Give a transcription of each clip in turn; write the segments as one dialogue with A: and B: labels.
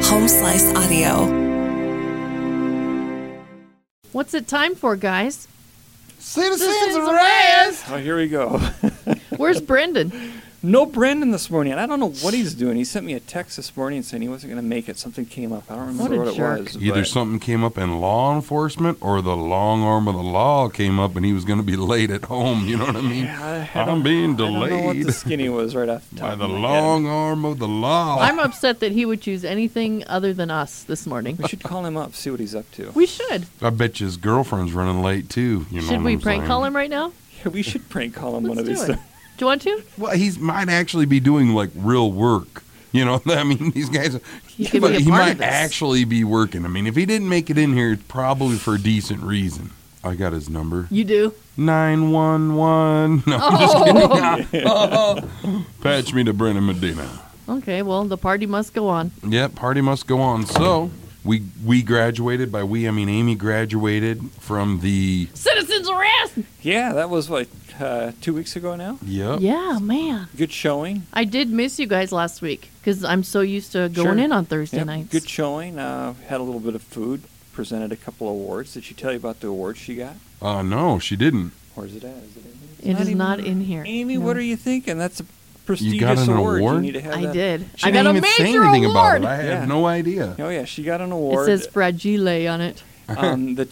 A: Slice Audio.
B: What's it time for, guys?
C: Citizens
B: of Reyes!
C: Oh, here we go.
B: Where's Brendan?
C: No Brandon this morning. and I don't know what he's doing. He sent me a text this morning saying he wasn't going to make it. Something came up. I don't remember
B: a
C: what,
B: jerk.
C: it was.
D: Either
C: but-
D: something came up in law enforcement or the long arm of the law came up and he was going to be late at home. You know what I mean?
C: Yeah, I- I
D: I'm being
C: I don't know what
D: delayed
C: the skinny was right off the top
D: by
C: of
D: the
C: my head.
D: long arm of the
C: Oh.
D: law.
B: I'm upset that he would choose anything other than us this morning.
C: We should call him up, see what he's up to.
B: We should.
D: I bet you his girlfriend's running late too. You know
B: Should
D: what
B: we
D: I'm
B: prank
D: saying?
B: call him right now?
C: Yeah, we should prank call him one
B: Let's
C: of
B: do
C: these
B: it.
C: days.
B: Do you want to?
D: Well, he might actually be doing like real work. You know, I mean, these guys.
B: He could
D: but
B: be a
D: he
B: part
D: might
B: of this.
D: actually be working. I mean, if he didn't make it in here, it's probably for a decent reason. I got his number.
B: You do.
D: Nine one one. No, I'm just
B: Oh.
D: kidding. Patch me to Brennan Medina.
B: Okay, well, the party must go on.
D: Yep, party must go on. So we we graduated by we I mean Amy graduated from the
B: Citizens arrest!
C: Yeah, that was like uh, two weeks ago now.
D: yep
B: Yeah, man.
C: Good showing.
B: I did miss you guys last week because I'm so used to going
C: Sure.
B: in on Thursday
C: Yep,
B: nights.
C: Good showing. Uh, had a little bit of food. Presented a couple awards. Did she tell you about the awards she got?
D: Uh, no, she didn't.
C: Or is it? At? Is it in here?
B: It
C: Not
B: is
C: even-
B: not in here.
C: Amy,
B: No.
C: what are you thinking? That's a prestigious
D: an
C: award. You
D: award?
C: need to have
B: I
C: that.
B: did.
D: She
B: I got
D: didn't
B: a
D: even
B: major
D: say anything
B: award.
D: about it. I have
C: Yeah.
D: no idea.
C: Oh yeah, she got an
B: It
C: award.
B: says fragile on it.
C: um, the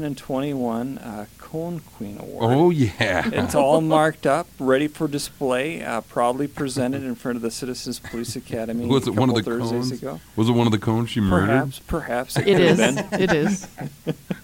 C: 2021 uh, Cone Queen Award.
D: Oh yeah.
C: It's all marked up, ready for display, uh, proudly presented in front of the Citizens Police Academy.
D: Was it
C: a
D: one of
C: couple
D: the
C: Thursdays
D: cones?
C: ago?
D: Was it one of the cones she murdered?
C: Perhaps, perhaps
B: It
C: could
B: is.
C: have been.
B: It is.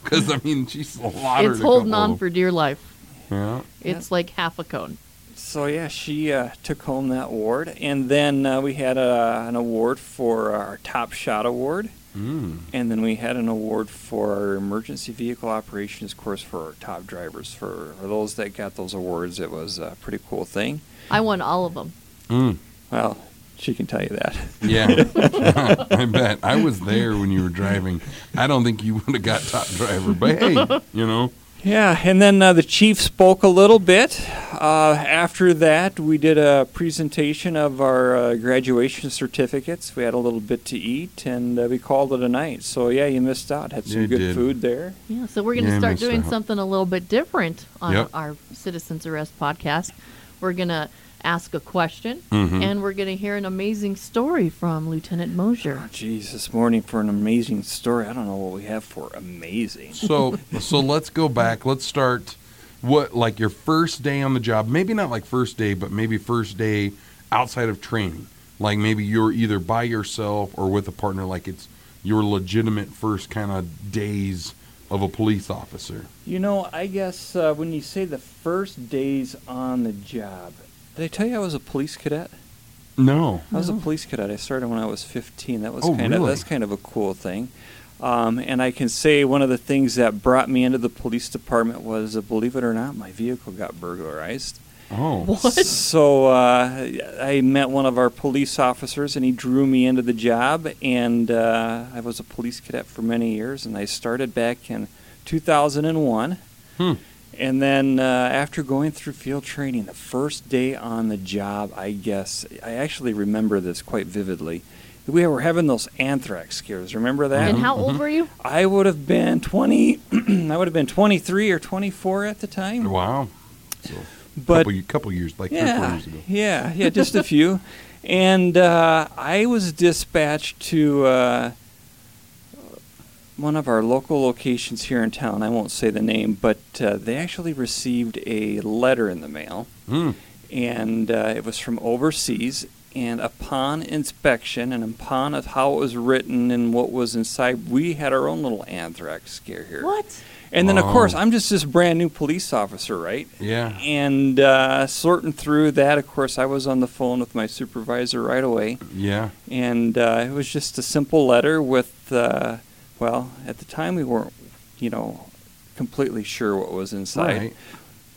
D: Because I mean, she slaughtered.
B: It's
D: a
B: holding
D: couple
B: on
D: of
B: for dear life.
D: them.
B: It's like half a cone.
C: So yeah, she uh, took home that award, and then uh, we had uh, an award for our Top Shot Award,
D: Yeah. Mm.
C: and then we had an award for our Emergency Vehicle Operations course for our top drivers. For, for those that got those awards, it was a pretty cool thing.
B: I won all of them.
D: Mm.
C: Well, she can tell you that.
D: Yeah, I bet. I was there when you were driving. I don't think you would have got top driver, but hey, you know.
C: Yeah, and then uh, the chief spoke a little bit. Uh, after that, we did a presentation of our uh, graduation certificates. We had a little bit to eat, and uh, we called it a night. So yeah, you missed out. Had some
D: You
C: good
D: did.
C: food there.
B: Yeah, so we're going to
D: Yeah,
B: start
D: missed
B: doing
D: out.
B: something a little bit different on
D: Yep.
B: our Citizens Arrest podcast. We're going to ask a question,
D: Mhm.
B: and we're going to hear an amazing story from Lieutenant Mosier.
C: Jeez, Oh, this morning for an amazing story. I don't know what we have for amazing.
D: So so let's go back. Let's start what like your first day on the job. Maybe not like first day, but maybe first day outside of training. Like maybe you're either by yourself or with a partner. Like it's your legitimate first kind of days of a police officer.
C: You know, I guess uh, when you say the first days on the job, did I tell you I was a police cadet?
D: No.
C: I was a
B: No.
C: police cadet. I started when I was 15. That was
D: Oh,
C: kind of
D: really?
C: that's kind of a cool thing. Um, and I can say one of the things that brought me into the police department was, uh, believe it or not, my vehicle got burglarized.
D: Oh.
B: What?
C: So uh, I met one of our police officers, and he drew me into the job. And uh, I was a police cadet for many years, and I started back in 2001.
D: Hmm.
C: And then uh, after going through field training, the first day on the job, I guess, I actually remember this quite vividly. We were having those anthrax scares. Remember that?
B: And how
D: Mm-hmm.
B: old were you?
C: I would have been 20, I would have been 23 or 24 at the time.
D: Wow. So
C: But
D: couple, couple years, like three or four
C: yeah,
D: years ago.
C: yeah, yeah, just a few. And uh, I was dispatched to uh, one of our local locations here in town. I won't say the name, but uh, they actually received a letter in the mail,
D: Mm.
C: and uh, it was from overseas. And upon inspection and upon of how it was written and what was inside, we had our own little anthrax scare here.
B: What?
C: And then, of
D: Wow.
C: course, I'm just this brand new police officer, right?
D: Yeah.
C: And uh, sorting through that, of course, I was on the phone with my supervisor right away.
D: Yeah.
C: And uh, it was just a simple letter with, uh, well, at the time we weren't, you know, completely sure what was inside.
D: Right.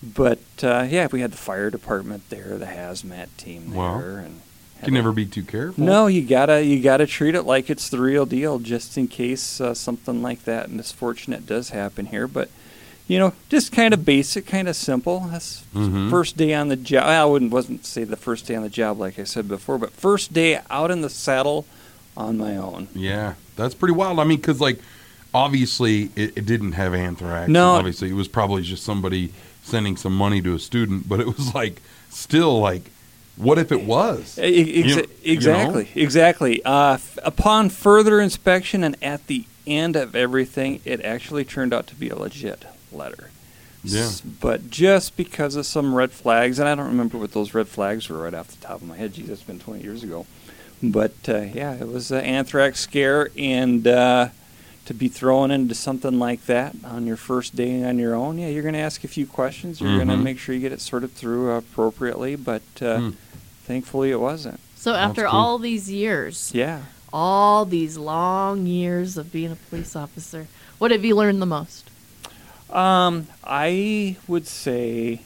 C: But uh, yeah, we had the fire department there, the hazmat team
D: Wow.
C: there, and
D: You can never be too careful.
C: no, you gotta you gotta treat it like it's the real deal, just in case uh, something like that misfortunate does happen here. But you know, just kind of basic, kind of simple. That's
D: Mhm.
C: first day on the job. I wouldn't wasn't say the first day on the job, like I said before, but first day out in the saddle on my own.
D: Yeah, that's pretty wild. I mean, because like obviously it, it didn't have anthrax.
C: No.
D: and obviously it was probably just somebody sending some money to a student, but it was like still like, what if it was?
C: E- e- exa-
D: You- you
C: exactly, exactly. Uh, f- upon further inspection and at the end of everything, it actually turned out to be a legit letter.
D: Yeah.
C: S- but just because of some red flags, and I don't remember what those red flags were right off the top of my head. Geez, that's been 20 years ago. But uh, yeah, it was an anthrax scare, and uh, to be thrown into something like that on your first day on your own, yeah, you're going to ask a few questions. You're going
D: Mhm.
C: to make sure you get it sorted through appropriately, but uh,
D: Hmm.
C: thankfully it wasn't.
B: So
D: That's
B: after
D: cool.
B: all these years,
C: Yeah.
B: all these long years of being a police officer, what have you learned the most?
C: Um, I would say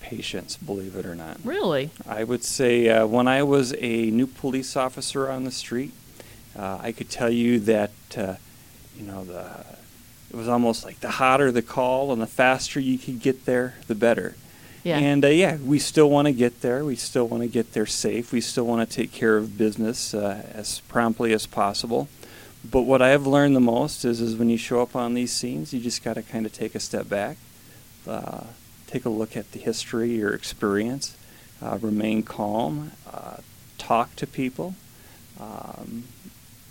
C: patience, believe it or not.
B: Really?
C: I would say uh, when I was a new police officer on the street, uh, I could tell you that uh, you know the it was almost like the hotter the call and the faster you could get there, the better.
B: Yeah.
C: And uh, yeah, we still want to get there. We still want to get there safe. We still want to take care of business uh, as promptly as possible. But what I have learned the most is, is when you show up on these scenes, you just got to kind of take a step back, uh, take a look at the history, your experience, uh, remain calm, uh, talk to people, um,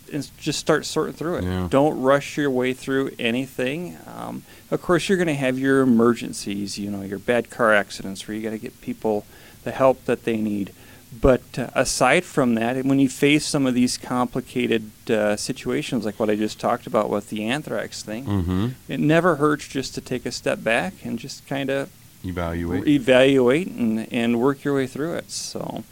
C: and s- just start sorting through it.
D: Yeah.
C: Don't rush your way through anything. Um, of course, you're going to have your emergencies, you know, your bad car accidents where you got to get people the help that they need. But uh, aside from that, and when you face some of these complicated uh, situations like what I just talked about with the anthrax thing,
D: Mhm.
C: it never hurts just to take a step back and just kind of
D: Evaluate.
C: evaluate and, and work your way through it. So,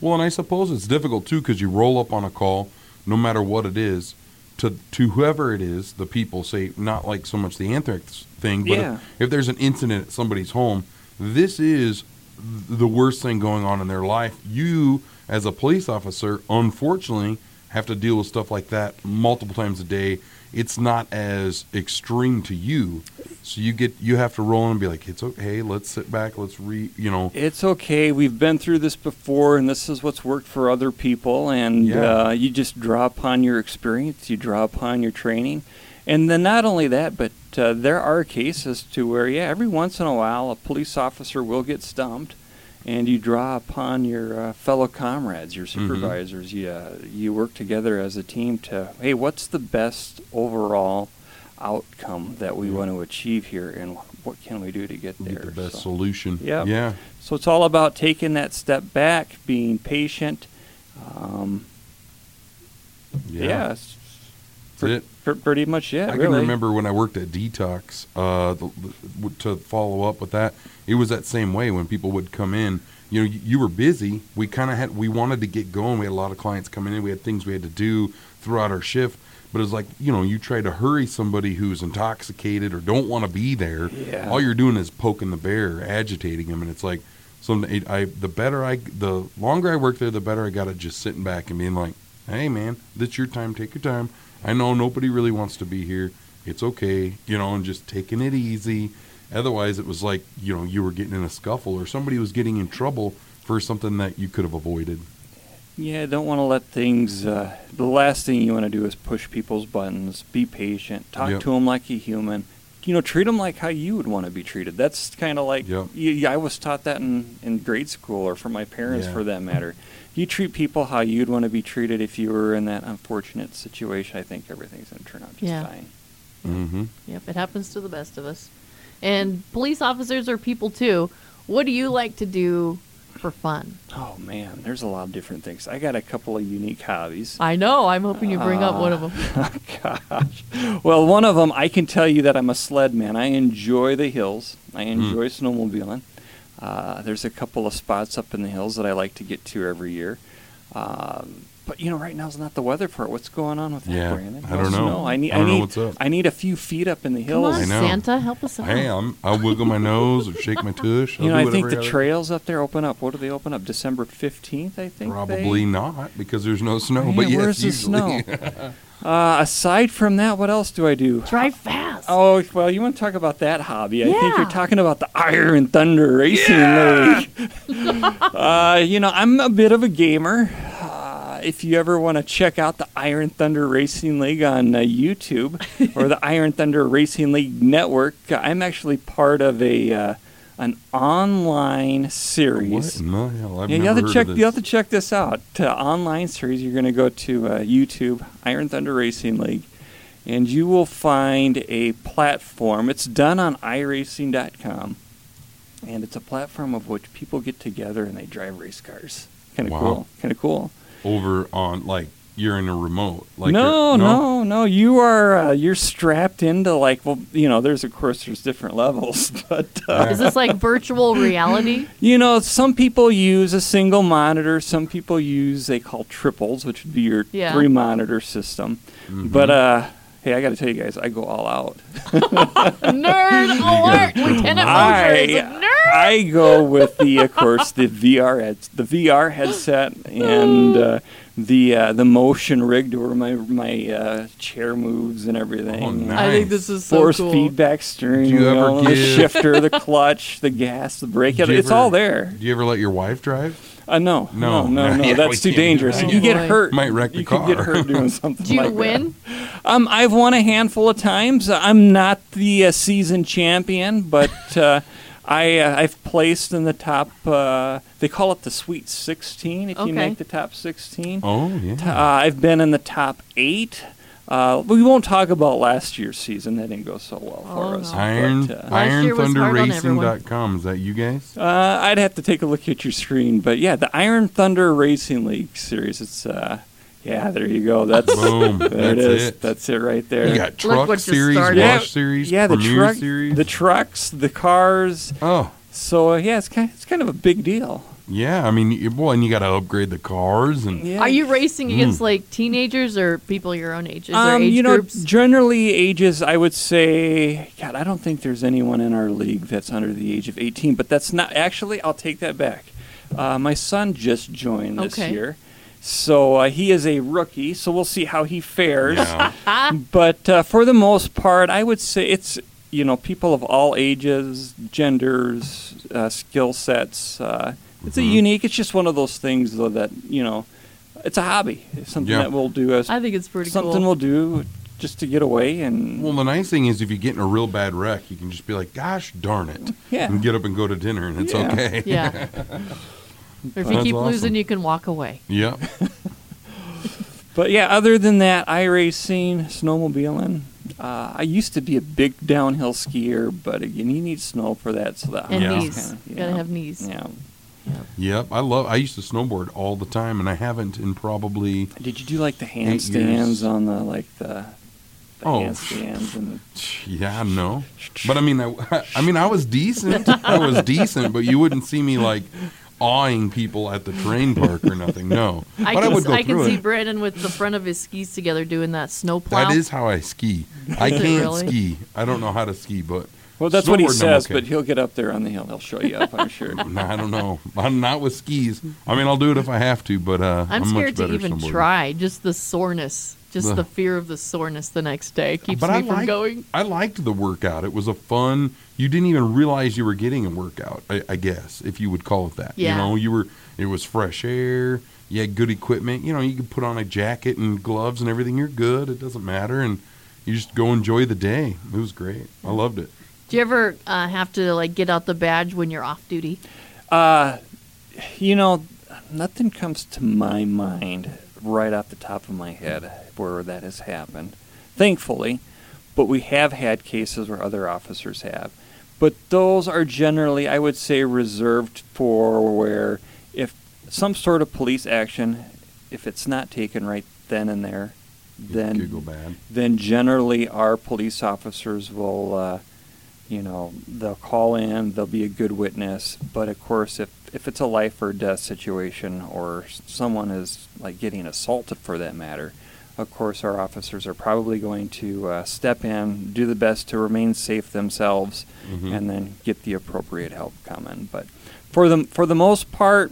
D: Well, and I suppose it's difficult too because you roll up on a call, no matter what it is, to to whoever it is. The people say not like so much the anthrax thing, but
C: Yeah.
D: if, if there's an incident at somebody's home, this is th- the worst thing going on in their life. You, as a police officer, unfortunately, have to deal with stuff like that multiple times a day. It's not as extreme to you, so you get you have to roll in and be like, it's okay. Let's sit back. Let's re, you know,
C: It's okay. We've been through this before, and this is what's worked for other people. And
D: Yeah.
C: uh, you just draw upon your experience, you draw upon your training, and then not only that, but uh, there are cases to where, yeah, every once in a while, a police officer will get stumped, and you draw upon your uh, fellow comrades, your
D: Mm-hmm.
C: supervisors. You uh, you work together as a team to, hey, what's the best overall outcome that we want to achieve here, and what can we do to get there?
D: get the best
C: So-
D: solution.
C: Yep.
D: Yeah.
C: so it's all about taking that step back, being patient. Um, yeah, it's
D: That's it.
C: pr- pretty much it.
D: I
C: really.
D: can remember when I worked at Detox. Uh, the, the- w- to follow up with that, it was that same way when people would come in. You know, you, you were busy. We kind of had we wanted to get going. We had a lot of clients coming in. We had things we had to do throughout our shift. But it was like you know, you try to hurry somebody who's intoxicated or don't want to be there.
C: Yeah.
D: All you're doing is poking the bear, agitating him, and it's like. So it, I, the better I, the longer I worked there, the better I got at just sitting back and being like, "Hey, man, that's your time. Take your time. I know nobody really wants to be here. It's okay, you know, and just taking it easy. Otherwise, it was like you know you were getting in a scuffle or somebody was getting in trouble for something that you could have avoided.
C: Yeah, don't want to let things. Uh, the last thing you want to do is push people's buttons. Be patient. Talk to 'em
D: Yep.
C: to them like a human. You know, treat them like how you would want to be treated. That's kind of like
D: Yep.
C: y- y- I was taught that in, in grade school or from my parents
D: Yeah.
C: for that matter. You treat people how you'd want to be treated if you were in that unfortunate situation. I think everything's going to turn out just
B: Yeah.
C: fine.
D: Mm-hmm.
B: Yep, it happens to the best of us. And police officers are people too. What do you like to do for fun?
C: Oh man, there's a lot of different things. I got a couple of unique hobbies. Oh,
B: I know. I'm hoping you bring up one of them.
C: Gosh. Well, one of them, I can tell you that I'm a sled man. I enjoy the hills.
D: Hmm.
C: I enjoy snowmobiling. Uh, there's a couple of spots up in the hills that I like to get to every year. Um, but you know, right now's not the weather for it. What's going on with that,
D: Yeah,
C: Brandon?
D: I don't know.
C: No snow. I need.
D: I don't know
C: need.
D: what's up.
C: I need a few feet up in the
B: Come
C: hills.
B: on,
D: I know.
B: Santa, help us out.
D: Hey, I'm, I wiggle my nose or shake my tush. I'll
C: You know,
D: do
C: I think
D: whatever
C: the
D: gotta-
C: trails up there open up. What do they open up? December fifteenth, I think.
D: Probably
C: They?
D: not because there's no snow.
C: Man,
D: but yes,
C: where's the
D: usually.
C: snow? uh, aside from that, what else do I do?
B: Drive fast.
C: Oh well, you want to talk about that hobby? I think
B: Yeah.
C: you're talking about the Iron Thunder Racing League. uh, you know, I'm a bit of a gamer, uh, if you ever want to check out the Iron Thunder Racing League on uh, YouTube or the Iron Thunder Racing League Network, uh, I'm actually part of a uh, an online
D: What
C: series.
D: in the hell? I've
C: Yeah, you
D: never
C: have to
D: heard
C: check.
D: of
C: You have to
D: this.
C: check this out. Uh, online series. You're going to go to uh, YouTube Iron Thunder Racing League, and you will find a platform. It's done on iRacing.com, and it's a platform of which people get together and they drive race cars. Kind of
D: Wow.
C: cool. Kind of cool.
D: Over on like you're in a remote. Like
C: no,
D: you're-
C: no, no. You are uh, you're strapped into like well, you know. There's of course there's different levels, but uh,
B: Is this like virtual reality?
C: you know some people use a single monitor. Some people use they call triples, which would be your
B: Yeah.
C: three monitor system.
D: Mm-hmm.
C: But uh, hey, I got to tell you guys, I go all out.
B: nerd alert! Lieutenant Mosher is a
C: I
B: nerd.
C: I go with the of course the VR heads, the VR headset and uh, the uh, the motion rig to where my my uh, chair moves and everything.
D: Oh, nice.
B: I think this is so
C: force
B: cool.
C: feedback steering
D: Do you ever
C: wheel, the
D: give-
C: shifter, the clutch, the gas, the brake.
D: Do you
C: It's
D: ever-
C: all there.
D: Do you ever let your wife drive?
C: Uh, no,
D: No,
C: no, no,
D: no,
C: no.
D: yeah, we
C: That's too
D: can't do
C: dangerous.
B: that.
C: You get
B: Oh, boy.
C: hurt.
D: Might wreck the
C: you could
D: car.
C: get hurt doing something.
B: Do you
C: like that.
B: win?
C: Um, I've won a handful of times. I'm not the uh, season champion, but uh, I uh, I've placed in the top. Uh, they call it the Sweet 16 if
B: Okay.
C: you make the top 16.
D: Oh yeah.
C: Uh, I've been in the top eight. Uh, we won't talk about last year's season. That didn't go so well for
B: Oh,
C: us.
B: no.
D: Iron
C: but, uh,
B: Last year was hard on everyone.
D: IronThunderRacing.com. Is that you guys?
C: uh, I'd have to take a look at your screen, but yeah, the Iron Thunder Racing League series. It's uh, yeah, there you go. That's
D: Boom.
C: there it
D: That's
C: is.
D: it.
C: That's it right there.
D: You got
B: Look
D: truck
B: what just
D: series,
B: started.
C: Yeah,
D: wash series,
C: yeah, the
D: premier
C: truck,
D: series.
C: the trucks, the cars.
D: oh
C: So uh, yeah, it's kind, it's kind of a big deal.
D: yeah. I mean, you, well, and you got to upgrade the cars and
C: Yeah.
B: Are you racing against like teenagers or people your own ages or
C: Um,
B: age
C: you know,
B: groups?
C: generally ages. I would say, God, I don't think there's anyone in our league that's under the age of 18. But that's not actually. I'll take that back. Uh, my son just joined this
B: Okay.
C: year, so uh, he is a rookie. So we'll see how he fares.
D: yeah.
B: Ah,
C: But uh, for the most part, I would say it's you know people of all ages, genders, uh, skill sets. Uh, it's
D: Mm-hmm.
C: a unique. It's just one of those things though that you know, it's a hobby. It's something
D: Yeah.
C: that we'll do as
B: I think it's pretty
C: something
B: cool.
C: we'll do just to get away and
D: Well, the nice thing is if you get in a real bad wreck, you can just be like, "Gosh darn it,"
C: Yeah.
D: and get up and go to dinner, and it's
C: Yeah.
D: okay.
B: yeah. or if you
D: That's
B: keep
D: awesome.
B: losing, you can walk away.
D: Yep.
C: But yeah, other than that, I racing, snowmobiling. Uh, I used to be a big downhill skier, but again, you need snow for that. So that
B: And
D: Yeah.
B: knees.
C: you
B: Gotta
C: know,
B: have knees.
C: Yeah.
D: Yep. I love. I used to snowboard all the time, and I haven't in probably
C: Did you do like the
D: Eight years.
C: handstands on the like the, the
D: Oh.
C: handstands and
D: Yeah, no. But I mean, I, I mean, I was decent. I was decent, but you wouldn't see me like awing people at the train park or nothing. No,
B: I
D: but
B: can,
D: I would go
B: I can
D: through
B: see
D: it.
B: Brandon with the front of his skis together doing that snow plow.
D: That is how I ski. I
B: Is it
D: can't
B: really?
D: ski. I don't know how to ski, but
C: Well, that's what he
D: snowboarding I'm
C: says,
D: okay.
C: but he'll get up there on the hill. He'll show you up, I'm sure.
D: No, I don't know. I'm not with skis. I mean, I'll do it if I have to, but uh,
B: I'm,
D: much
B: scared to
D: better
B: even
D: snowboarder.
B: try. Just the soreness. Just
D: Ugh.
B: the fear of the soreness the next day keeps
D: But
B: me
D: I
B: from
D: liked-
B: going.
D: I liked the workout. It was a fun. You didn't even realize you were getting a workout. I, I guess if you would call it that. You
B: Yeah.
D: know, you were. It was fresh air. You had good equipment. You know, you could put on a jacket and gloves and everything. You're good. It doesn't matter, and you just go enjoy the day. It was great. I loved it.
B: Do you ever uh, have to like get out the badge when you're off duty?
C: Uh, you know, nothing comes to my mind right off the top of my head where that has happened. Thankfully, but we have had cases where other officers have. But those are generally, I would say, reserved for where if some sort of police action, if it's not taken right then and there, then
D: it could go bad.
C: then generally our police officers will, uh, you know, they'll call in, they'll be a good witness. But of course, if, if it's a life or death situation or s- someone is like getting assaulted for that matter, of course, our officers are probably going to uh, step in, do the best to remain safe themselves,
D: Mhm.
C: and then get the appropriate help coming. But for the for the most part,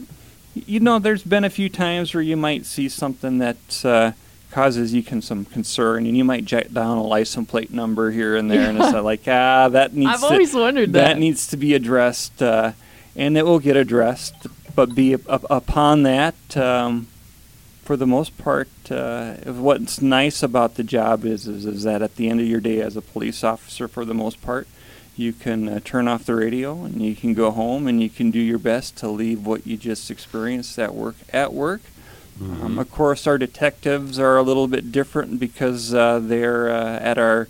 C: you know, there's been a few times where you might see something that uh, causes you con- some concern, and you might jot down a license plate number here and there, and it's uh, like, ah, that needs.
B: I've
C: to,
B: always wondered that.
C: needs to be addressed, uh, and it will get addressed. But be up, up- upon that, um, for the most part, uh, what's nice about the job is, is is that at the end of your day as a police officer, for the most part, you can uh, turn off the radio and you can go home and you can do your best to leave what you just experienced at work at work.
D: Mm-hmm.
C: Um, of course, our detectives are a little bit different because uh, they're uh, at our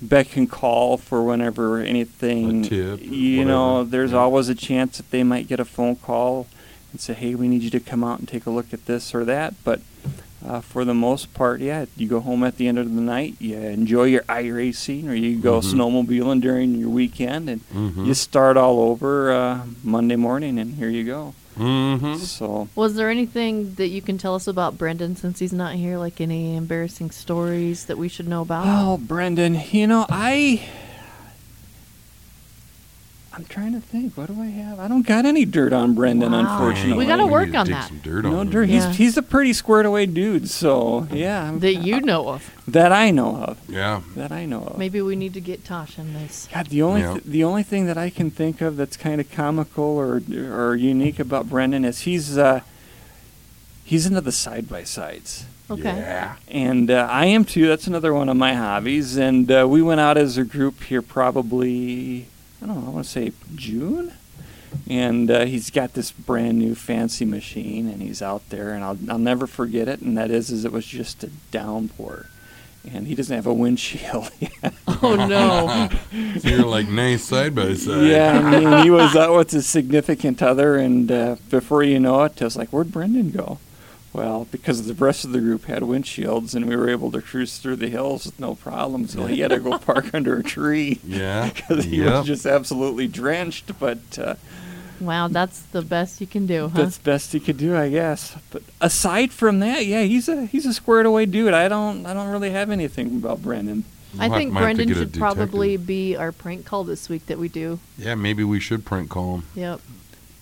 C: beck and call for whenever anything.
D: A tip,
C: you know,
D: whatever.
C: there's
D: Yeah.
C: always a chance that they might get a phone call and say, "Hey, we need you to come out and take a look at this or that." But uh, for the most part, yeah, you go home at the end of the night, you enjoy your iRacing, or you go
D: Mhm.
C: snowmobiling during your weekend, and
D: Mhm.
C: you start all over uh, Monday morning, and here you go.
D: Mm-hmm.
C: So.
B: Was there anything that you can tell us about Brendan since he's not here? Like any embarrassing stories that we should know about?
C: Oh, Brendan, you know, I. I'm trying to think. What do I have? I don't got any dirt on Brendan,
B: Wow.
C: unfortunately.
B: We gotta work on
D: dig
B: that.
D: Some dirt
C: No
D: on
C: dirt.
D: him.
B: Yeah.
C: He's he's a pretty squared away dude. So yeah,
D: Oh,
C: I'm-
B: That you know of.
C: that I know of.
D: Yeah.
C: That I know of.
B: Maybe we need to get Tosh in this.
C: God, the only
D: Yeah.
C: th- the only thing that I can think of that's kind of comical or or unique about Brendan is he's uh, he's into the side by sides.
B: Okay.
D: Yeah.
C: And uh, I am too. That's another one of my hobbies. And uh, we went out as a group here probably, I don't know, I want to say June. And uh, he's got this brand new fancy machine and he's out there and I'll, I'll never forget it. And that is, is it was just a downpour. And he doesn't have a windshield.
B: Oh no.
D: So you're like nice side by side.
C: yeah, I mean, he was out with his significant other, and uh, before you know it, I was like, "Where'd Brendan go?" Well, because the rest of the group had windshields, and we were able to cruise through the hills with no problem. So he had to go park under a tree
D: Yeah.
C: because he
D: Yep.
C: was just absolutely drenched. But uh,
B: wow, that's the best you can do, huh?
C: that's best he could do, I guess. But aside from that, yeah, he's a he's a squared away dude. I don't I don't really have anything about Brendan.
B: I
D: We'll have-
B: think
D: might have to
B: Brendan
D: get a
B: should probably
D: detective.
B: be our prank call this week that we do.
D: Yeah, maybe we should prank call him.
B: Yep.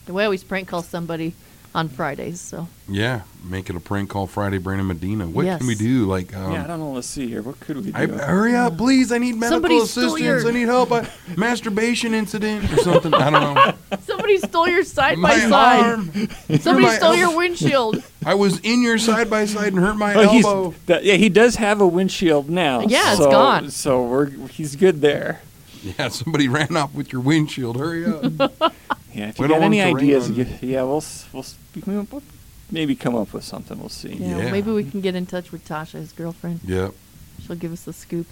B: We always prank call somebody on Fridays, so
D: Yeah, make it a prank call Friday, Brandon Medina. What
B: Yes.
D: can we do? Like, um,
C: yeah, I don't know. Let's see here. What could we do?
D: I, hurry up, please! I need medical
B: Somebody stole
D: assistance.
B: your-
D: I need help. I, masturbation incident or something. I don't know.
B: somebody stole your side by
D: my
B: side.
D: arm.
B: Somebody
D: my
B: stole your
D: elbow.
B: windshield.
D: I was in your side by side and hurt my
C: Oh, he's-
D: elbow.
C: that- yeah, he does have a windshield now.
B: Yeah, it's
C: so,
B: gone.
C: So we're he's good there.
D: Yeah, somebody ran off with your windshield. Hurry up.
C: Yeah, if
D: We
C: you
D: don't
C: got
D: want
C: any
D: it to rain
C: ideas,
D: on-
C: you- yeah, we'll s- we'll s- we can- we'll maybe come up with something. We'll see.
B: Yeah,
D: Yeah.
B: maybe we can get in touch with Tasha, his girlfriend.
D: yep.
B: She'll give us the scoop.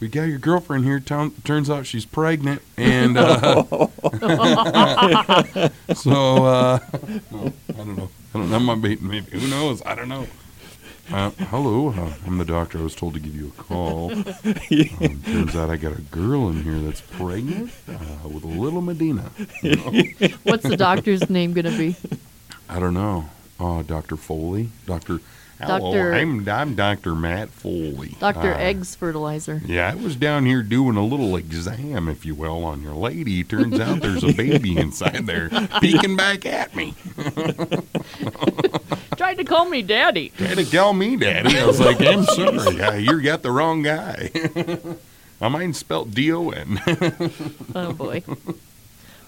D: We got your girlfriend here. Town turns out she's pregnant, and uh, so uh, no, I don't know. I don't know. That might be maybe. Who knows? I don't know. Uh, hello, uh, I'm the doctor. I was told to give you a call. Um, turns out I got a girl in here that's pregnant uh, with a little Medina. You know?
B: What's the doctor's name gonna be?
D: I don't know. Oh, Doctor Foley, Doctor. Hello,
B: Dr.
D: I'm I'm Doctor Matt Foley.
B: Doctor
D: Uh,
B: Eggs Fertilizer.
D: Yeah, I was down here doing a little exam, if you will, on your lady. Turns out there's a baby inside there peeking back at me.
B: Tried to call me daddy.
D: Had to call me daddy. I was like, I'm sorry. Uh, you got the wrong guy. I mine spelt D O N.
B: Oh boy.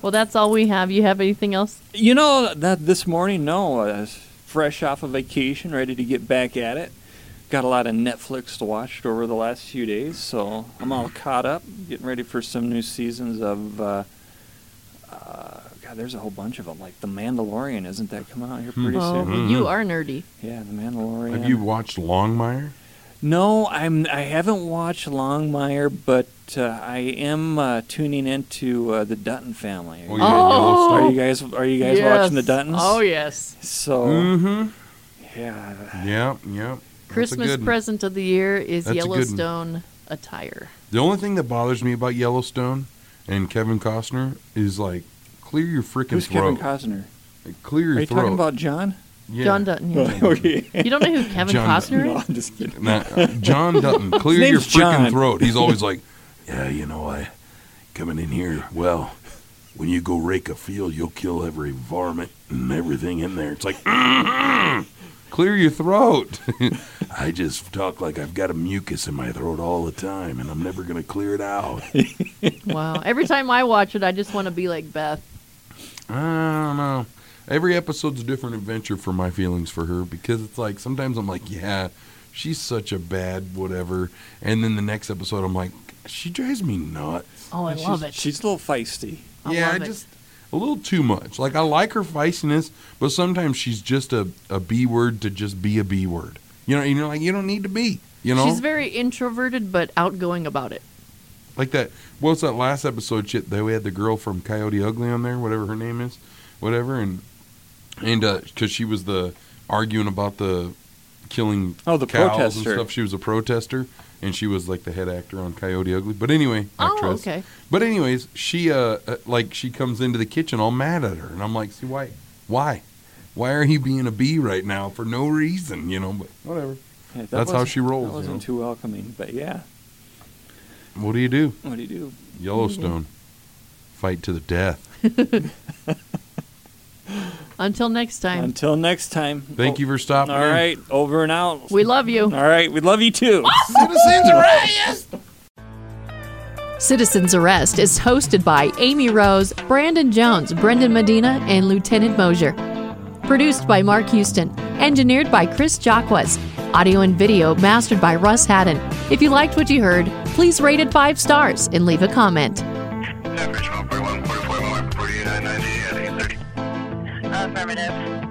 B: Well, that's all we have. You have anything else?
C: You know that this morning, no, I was fresh off of vacation, ready to get back at it. Got a lot of Netflix to watch over the last few days, so I'm all caught up, getting ready for some new seasons of. Uh, uh, God, there's a whole bunch of them. Like The Mandalorian, isn't that coming out here pretty
B: Oh,
C: soon?
D: Mm-hmm.
B: you are nerdy.
C: Yeah, The Mandalorian.
D: Have you watched Longmire?
C: No, I'm. I haven't watched Longmire, but uh, I am uh, tuning into uh, the Dutton family.
D: Oh,
B: Oh.
C: Are you guys? Are you guys watching the Duttons?
B: Oh yes.
C: So
D: Mm-hmm.
C: yeah,
D: Yep, yep. That's a
B: Christmas
D: good one.
B: present of the year is
D: That's a good one.
B: Yellowstone attire.
D: The only thing that bothers me about Yellowstone and Kevin Costner is like, clear your freaking
C: who's
D: throat.
C: Kevin Costner?
D: clear your
C: Are you
D: throat. Oh,
C: talking about John?
D: Yeah.
B: John Dutton. You,
C: okay.
B: you don't know who Kevin
D: John
B: Costner
C: No,
B: is?
C: I'm just kidding.
D: Nah, uh, John Dutton, clear
C: His
D: your freaking
C: name's John.
D: throat. He's always like, yeah, you know, I coming in here. Well, when you go rake a field, you'll kill every varmint and everything in there. It's like, "Mhm. clear your throat. I just talk like I've got a mucus in my throat all the time, and I'm never gonna clear it out. I
B: Wow. Every time I watch it, I just want to be like Beth.
D: don't know. every episode's a different adventure for my feelings for her because it's like sometimes I'm like, yeah, she's such a bad whatever, and then the next episode I'm like, she drives me nuts.
B: Oh, I
C: She's-
B: love it.
C: She's a little feisty.
B: I
D: yeah,
B: love
D: I
B: it.
D: just a little too much. Like I like her feistiness, but sometimes she's just a a b word to just be a b word. You know, you know, like you don't need to be. You know,
B: She's very introverted but outgoing about it.
D: like that. What's that last episode shit? That we had the girl from Coyote Ugly on there, whatever her name is, whatever, and and because she was the arguing about the killing
C: Oh, the
D: cows
C: protester.
D: and stuff. She was a protester, and she was like the head actor on Coyote Ugly. But anyway,
B: Oh,
D: actress.
B: okay.
D: But anyways, she uh uh, like she comes into the kitchen all mad at her, and I'm like, see why, why, why are you being a bee right now for no reason? You know, but whatever.
C: Yeah, that
D: That's how
C: wasn't-
D: she rolls,
C: That
D: you
C: wasn't
D: know.
C: too welcoming, but yeah.
D: What do you do?
C: What do you do?
D: Yellowstone, fight to the death.
B: Until next time,
C: Until next time.
D: Thank you for stopping.
C: Oh. All
D: in.
C: right, over and out.
B: we love you.
C: All right, we love you too.
D: Citizens Arrest!
B: Citizens Arrest is hosted by Amy Rose, Brandon Jones, Brendan Medina, and Lieutenant Mosier. Produced by Mark Houston. Engineered by Chris Jacques. Audio and video mastered by Russ Haddon. If you liked what you heard, please rate it five stars and leave a comment.
A: Average 141, 44, 48, 990, 830.
E: Affirmative.